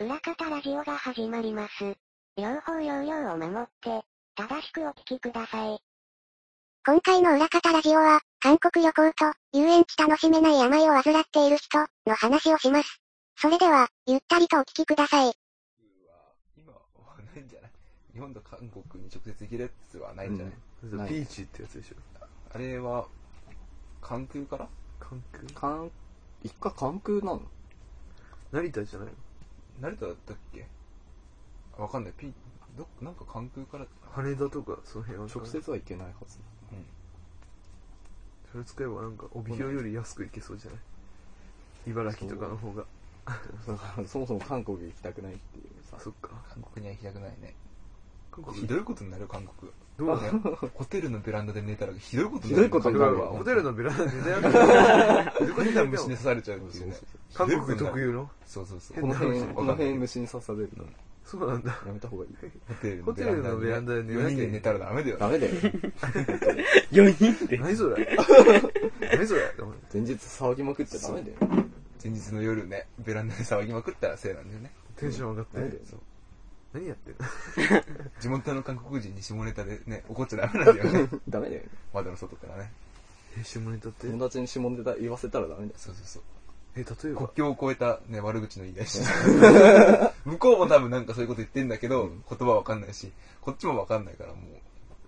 裏方ラジオが始まります。両方要領を守って、正しくお聞きください。今回の裏方ラジオは、韓国旅行と、遊園地楽しめない病を患っている人、の話をします。それでは、ゆったりとお聞きください。今はないんじゃない日本と韓国に直接行けるやつはないんじゃない、うんないピーチってやつでしょあれは、関空から関空関、一回関空なの成田じゃないの成田だったっけあわかんない。ピどっなんか関空から、羽田とかその辺は直接は行けないはず。 それ使えばなんか帯広より安く行けそうじゃない茨城とかの方がだからそもそも韓国行きたくないっていうさあ。そっか韓国には行きたくないね。韓ひ国どいことになるよ韓国。どうねなのホテルのベランダで寝たらひどいことになるよ。ひどいことそにれなはるホテルのベランダで寝たどこにでも虫に刺よされちゃうっていうね。韓ひどい国ことにな特る有のそうそうそう。この辺、このわかんない辺虫に刺されるから、そうなんだやめた方がいい。ホテルホテルのベランダでね寝なきゃ4人で寝たらダメだよ。ダメだよ。 4人で。何それ何それでも前日騒ぎまくっちゃダメだよ。前日の夜ね、ベランダで騒ぎまくったらせいなんだよね。テンション上がってダメだよ。何やってんの地元の韓国人に下ネタでね、怒っちゃダメなんだよ ね。ダメだよ。窓の外からね。え下ネタって友達に下ネタ言わせたらダメだよ。そうそうそう。え例え国ば境を越えたね、悪口の言い出 し。向こうも多分なんかそういうこと言ってんだけど、言葉わかんないし、こっちもわかんないからもう、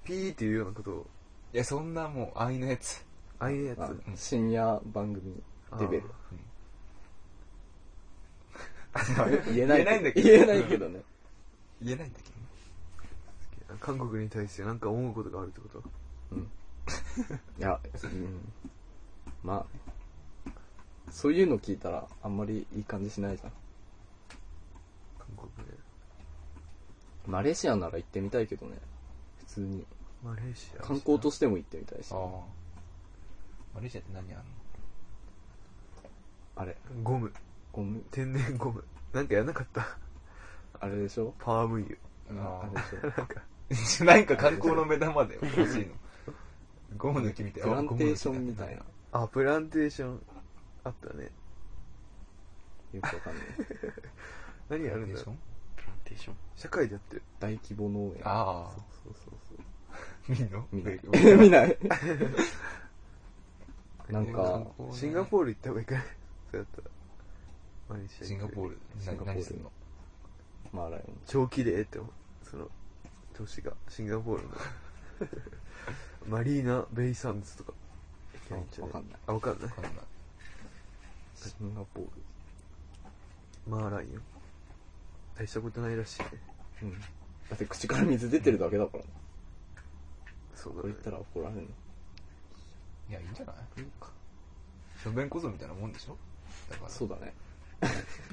ピーっていうようなことをいや、そんなもう安易なやつ。ああいうやつあ深夜番組レベル。言えな 言えい。ないんだけど言えないけどね。言えないんだけどね。韓国に対してなんか思うことがあるってこと いや、うん。まあ、そういうの聞いたら、あんまりいい感じしないじゃん。韓国でマレーシアなら行ってみたいけどね。普通に。マレーシア観光としても行ってみたいしあ。あ。マレーシアって何あんのあれ、ゴムゴム、天然ゴムなんかやんなかった あれでしょパーム油ああーれでし ょなんか観光の目玉だよ、欲しいの。ゴムの木みたいプな。ランテーションみたいゴな。よあプランテーションあったねくわかんない。何やムるの木んみだたいなプランテーションテーション。社会でやってる大規模農園。ああ。そうそうそう。見んの。見ない 見ない。なん観か、光ねシンガポール行った方がいいかないそうやったらマレーシアシンガポール。シンガポール何するのまあ、あれ、超綺麗って思うその都市がシンガポー ルのマリーナ・ベイ・サンズとか行けばいいんじゃわかんないあわかんないわかんないシンガポール。マーライオン大したことないらしいねうん。だって口から水出てるだけだから。そうこれだね言ったら怒られるの。いや、いいんじゃない書面小僧みたいなもんでしょだから。そうだね。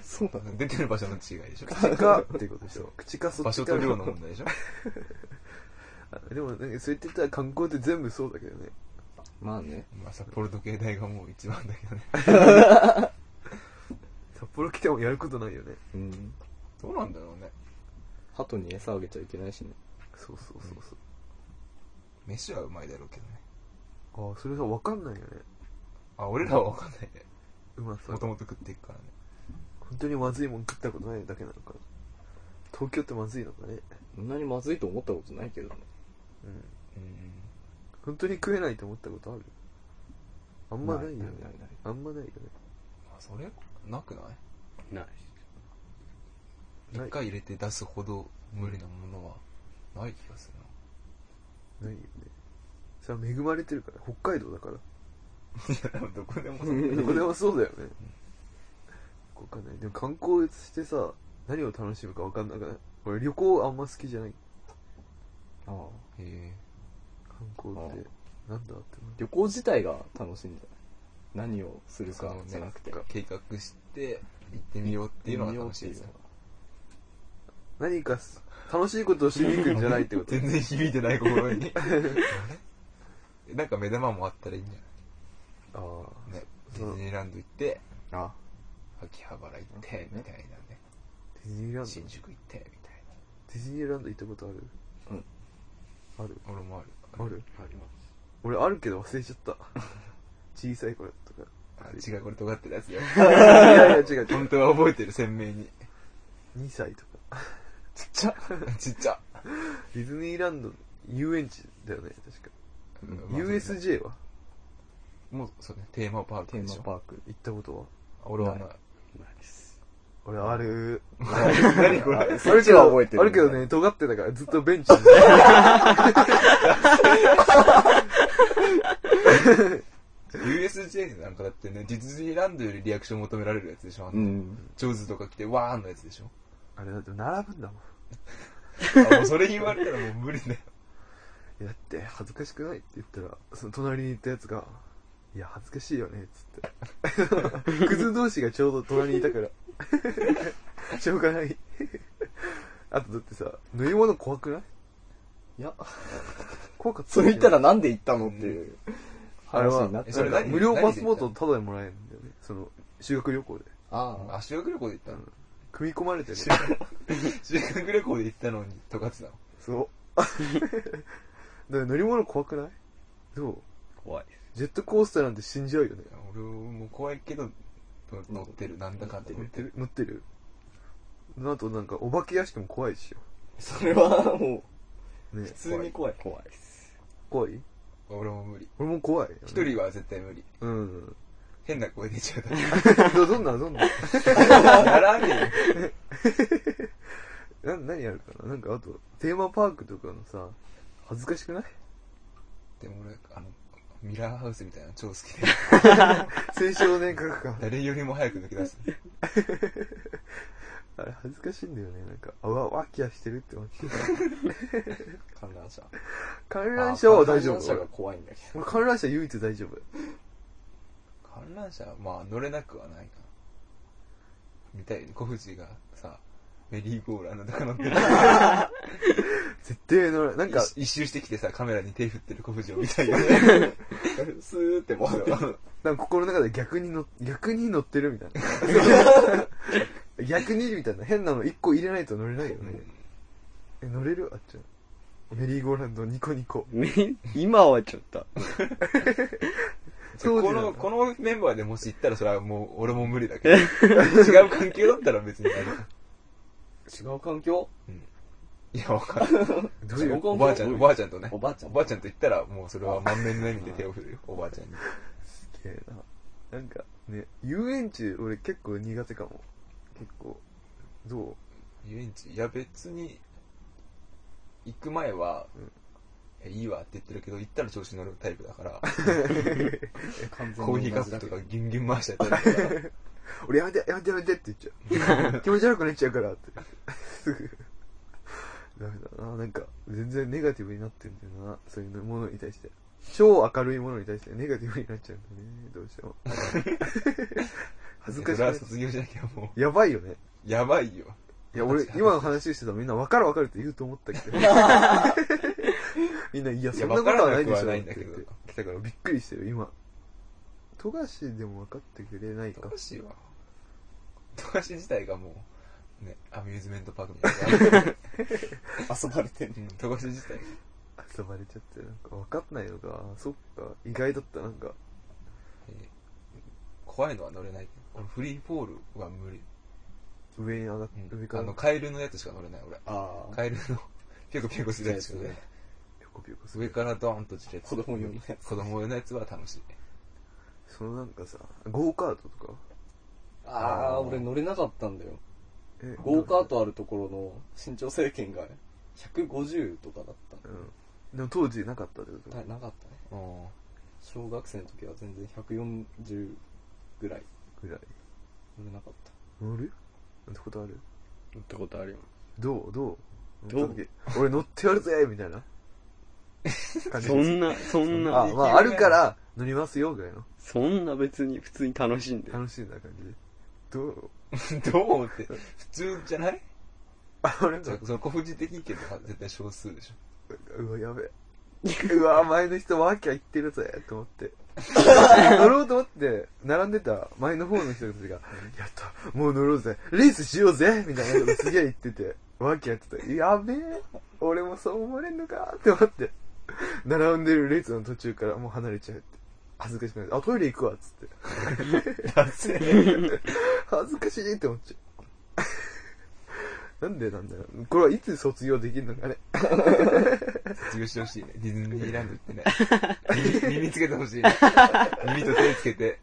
そうだね。出てる場所の違いでしょ口かってことでしょ口かそっ場所ちかと量の問題でしょ あでもなんかそう言ってたら観光って全部そうだけどねまあね。まあ札幌時計台がもう一番だけどね札幌来てもやることないよねうん。どうなんだろうね鳩に餌あげちゃいけないしね。そうそうそうそう飯はうまいだろうけどねああそれさ分かんないよねあ俺らは分かんないねうまさもがともと食っていくからね本当にまずいもん食ったことないだけなのかな東京ってまずいのかねそんなにまずいと思ったことないけどね。うんうん本当に食えないと思ったことあるあんまないよねないないないあんまないよねまあそれなくないない。ない一回入れて出すほど無理なものはない気がするなないよねさあ恵まれてるから北海道だからいやでも どこでもどこでもそうだよねわかんないでも観光してさ何を楽しむかわかんなくない俺旅行あんま好きじゃないああ。へえ観光ってなんだってな旅行自体が楽しいんだよ。何をするそかうねじゃなくて。計画して行ってみようっていうのが楽しいですよ何かす楽しいことをしに行くんじゃないって こと 全然響いてない心に あれなんか目玉もあったらいいんじああゃないねデそうィズニーランド行ってあ、秋葉原行ってみたいなねディズニーランド新宿行ってみたいディズニーランド行ったことあるうんあるな俺もあるあるあります。俺あるけど忘れちゃった小さい頃とか あ違うこれ尖ってるやつだよいやいや違う違う 本当は覚えてる鮮明に2歳とか。ちっちゃ。ちっちゃ。ディズニーランドの遊園地だよね、確か。うんまあ USJ はもう、そうね、テーマパーテクでーしマょ。パーク。行ったことは俺はない。ないです。俺ある。 何これああそるっけちどは覚えてる。あるけど。ね、尖ってたからずっとベン チに。い USJ なんかだってね、ディズニーランドよりリアクション求められるやつでしょ。あうのん。ジョーズとか来て、わーんのやつで しょ。あれだって並ぶんだもあもうそれ言われたらもう無理だよ。ん。だって恥ずかしくないって言ったら、その隣に行ったやつが、いや、恥ずかしいよね、つって。 クズ同士がちょうど隣にいたから。 しょうがない。あとだってさ、縫い物怖くないいや、怖かった。それ言ったら、なんで行ったのっていうあれ話は、にななっんちそゃれうかから。何無料パスポートただでもらえるんだよね。その、修学旅行で。ああ。あ、修学旅行で行ったの組み込まれて る。修学修学旅行で行ったのに、とかつなの。そう。だ から乗り物怖くないどう怖いです。ジェットコースターなんて死んじゃうよね。俺も怖いけど、乗ってる。なんだかんだ乗言っっててる。る乗ってるあとなんかお化け屋敷も怖いしよ。それはもねう、普。通に怖い。怖いです。怖い俺も無理。俺も怖いよね。一人は絶対無理。うん。変な声出ちゃうかど どんなどんなら。 ならねえよ。 な何やるかななんかあと、テーマパークとかのさ、恥ずかし くないでも俺、あの、ミラーハウスみたいなの超好きで、青少年科学館。誰よりも早く抜け出す。あれ恥ずかしいんだよね。なんか、あわ、ワキワキしてるって思って。観覧車。観覧車は大丈観覧車が夫。怖いんだけ俺観覧車唯一大丈夫。観覧車はまあ乗れなくはないかな見たいね小藤がさメリーゴーランドとか乗って る絶対乗らない。なんか、一一周してきてさカメラに手振ってる小藤を見たいよ ねど。スーって回って る。なんか心の中で逆にの、逆に乗ってるみたいな。逆にみたいな。変なの1個入れないと乗れないよね。え、乗れるあっちゃん。メリーゴーランドニコニコ。め今はちょっと。当時こなんだのこのメンバーでもし行ったらそれはもう俺も無理だけど違う環境だったら別にある違う環境いやわかんないどういう僕もおばあちゃんおばあちゃんとねおばあちゃんおばあちゃんと行ったらもうそれは満面の笑みで手を振るよおばあちゃんにすげえな。なんかね、遊園地俺結構苦手かも。結構。ど遊園地いや別に行く前は、いやいいわって言ってるけど行ったら調子乗るタイプだから完全コーヒーカップとかギュンギュン回しちゃったりとかう俺やめてやめてやめてって言っちゃう。気持ち悪くなっちゃうからって。 すぐ。ダメだな。なんか、全然ネガティブになってんだよな。そういうものに対して。超明るいものに対してネガティブになっちゃうんだね。どうしても。 恥ずかしそれはくな卒業しなきゃもい。やばいよね。う、やばいよ。いや、俺、今の話してたらみんな分かる分かるって言うと思ったけ ど。みんな、いや、いそや、んなこわかとらはなないくでしはょ。ない来んだけど。たからびっくりしてる、今。富樫でも分かってくれないか富。樫は、富樫自体がもう、ね、アミューズメントパークみたいな。遊ばれてる。うん富樫自体。遊ばれちゃって、なんか分かんないのか。そっか、意外だった、なんか。えー怖いのは乗れない。俺、フリーフォールは無理。上に上がっうん上かあら。の、カエルのやつしか乗れない、俺。ああ。カエルの、ピョコピョコするやつしか乗れない。ピョコピョコす上る。からドーンと落ちるやつ。子供用のやつ子供用のやつは楽しい。そのなんかさ、ゴーカートとかああ、俺乗れなかったんだよ。えゴーカートあるところの身長制限が150とかだったうん。でも当時なかったってことの。なかったね。うん小学生の時は全然140ぐらいぐらい。乗れなかった。乗る乗ったことある乗ったことあるよ。どうどうどう乗った時俺乗ってやるぜみたいな。感じそんな、そんあ、な、まあ、あるから乗りますよぐらいの。そんな別に普通に楽しんで。楽しいな感じで。どう どうって、普通じゃないあ、俺そも、その古富士的意見とか絶対少数でしょ。うわ、やべえ。うわ、前の人ワーキャー言ってるぜと思って。乗ろうと思って、並んでた前の方の人たちが、やった、もう乗ろうぜ、レースしようぜみたいなことすげえ言ってて、ワーキャーやってた。やべえ、俺もそう思われんのかって思って、並んでるレースの途中からもう離れちゃうって。恥ずかしくなって、あ、トイレ行くわっつって。 恥ずかしいって思っちゃう。なんでなんだよ。これはいつ卒業できるのかね。卒業してほしい ね。ディズニーランド行 ってね。耳耳つけてほ しいね。耳と手つけて。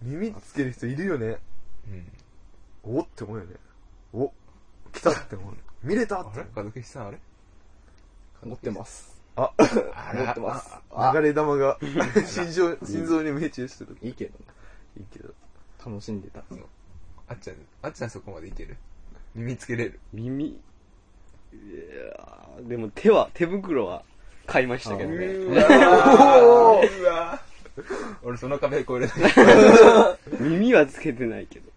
耳つける人いるよね。うん。おって思うよね。お、来たって思う。見れたっあてれ門口さんあれ持ってます。あ、あ 持ってます。流れ玉が心臓、心臓に命中してる。いいけどね。いいけど。楽しんでた。あっちゃん、あっちゃんそこまでいける耳つけれる。耳。いやーでも手は、手袋は買いましたけど ね。うわ俺その壁越えれない。耳はつけてないけど。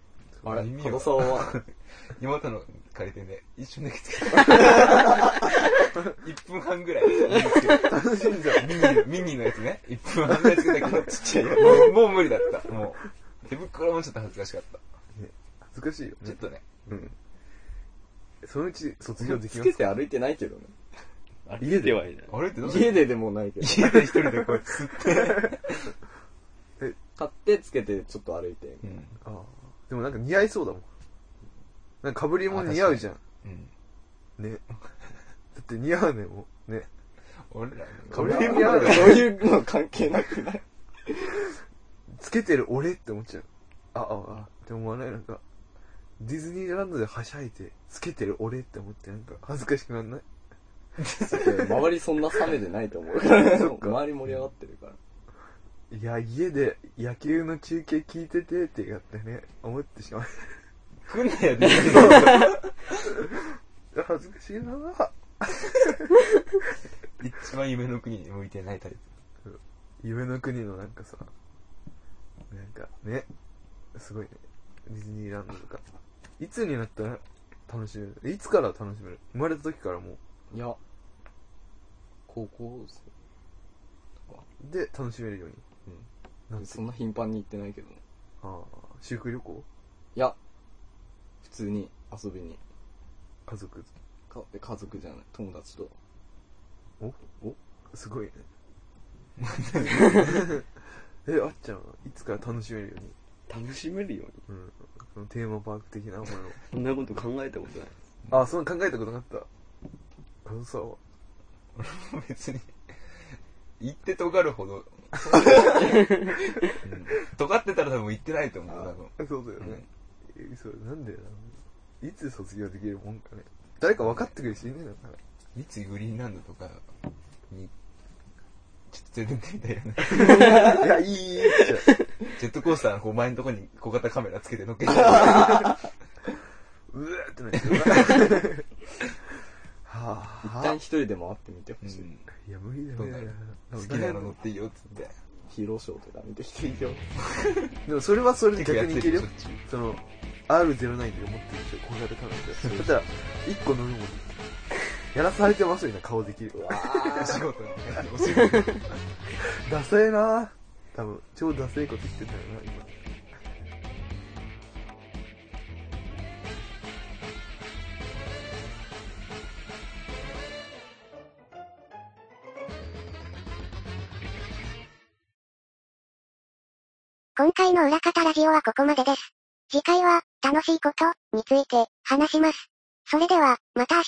あれ耳を加藤さんは、 妹の借りてね、一瞬だけつけた。1分半ぐらい。楽しんじゃう。ミニの、ミニのやつね。1分半ぐらいつけたけど、ちっちゃいよ。もうもう無理だった。もう。手袋もちょっと恥ずかしかった。恥ずかしいよちょねっ。とね。うん。そのうち卒業できつまけす。て歩いてないけどね。家ではいない。あれってどう家ででもないけど。家で一人でこうやって吸って。買ってつけてちょっと 歩いて。うん。あーでもなんか似合いそうだもん。なんか被りも似合うじゃん。うん。ね。だって似合うね、もう。ね。俺らね、俺そういやいうの関係なくないつけてる俺って思っちゃう。あ、あ、あ、って思わないなんか、ディズニーランドではしゃいで、つけてる俺って思ってなんか恥ずかしくなんない周りそんな冷めてないと思う から。周り盛り上がってるから。いや、家で野球の中継聞いててってやってね、思ってしまう。 来んなよ、ディズニーランド恥ずかしいなぁ。一番夢の国に向いてないタイプ。夢の国のなんかさ、なんかね、すごいね。ディズニーランドとか。いつになったら楽しめるいつから楽しめる生まれた時からもう。いや、高校生で、楽しめるように。なんてそんな頻繁に行ってないけどね。ああ、修復旅行いや、普通に遊びに。家族。か家族じゃない、友達と。おおすごいね。 え、あっちゃんはいつから楽しめるように。楽しめるように。うん。そのテーマパーク的なものそんなこと考えたことない。を。あ、そんな考えたことなかった。あのさ、別に、言って尖る ほど、うん尖ってたら多分言ってないと思う、多分。そうだようんね。えそう、なんでだいつ卒業できるもんかね。誰か分かってくれしいねえのかな。三井グリーンランドとかに、ちょっと連れて ってみたいよね。 いや、いいって言っちゃジェットコースターのこう前のとこに小型カメラつけて乗っけて。 う。うわーってなっちゃう。は一ぁ、旦は一人で回ってみてほうしい。んいや、無理だどうなるよ。好きなの乗っていいよっつって。ヒーローショーとか見てきていいよ。でもそれはそれで結構逆やっにていけるよるよ。。その、R09 で持ってるでしょ、小型カメラで。そしたら、1個飲み物。やらされてますよね、顔できる。お仕事ね。お仕事。ダサえなぁ。多分、超ダサいこと言ってたよな、今。今回の裏方ラジオはここまでです。次回は、楽しいこと、について、話します。それでは、また明日。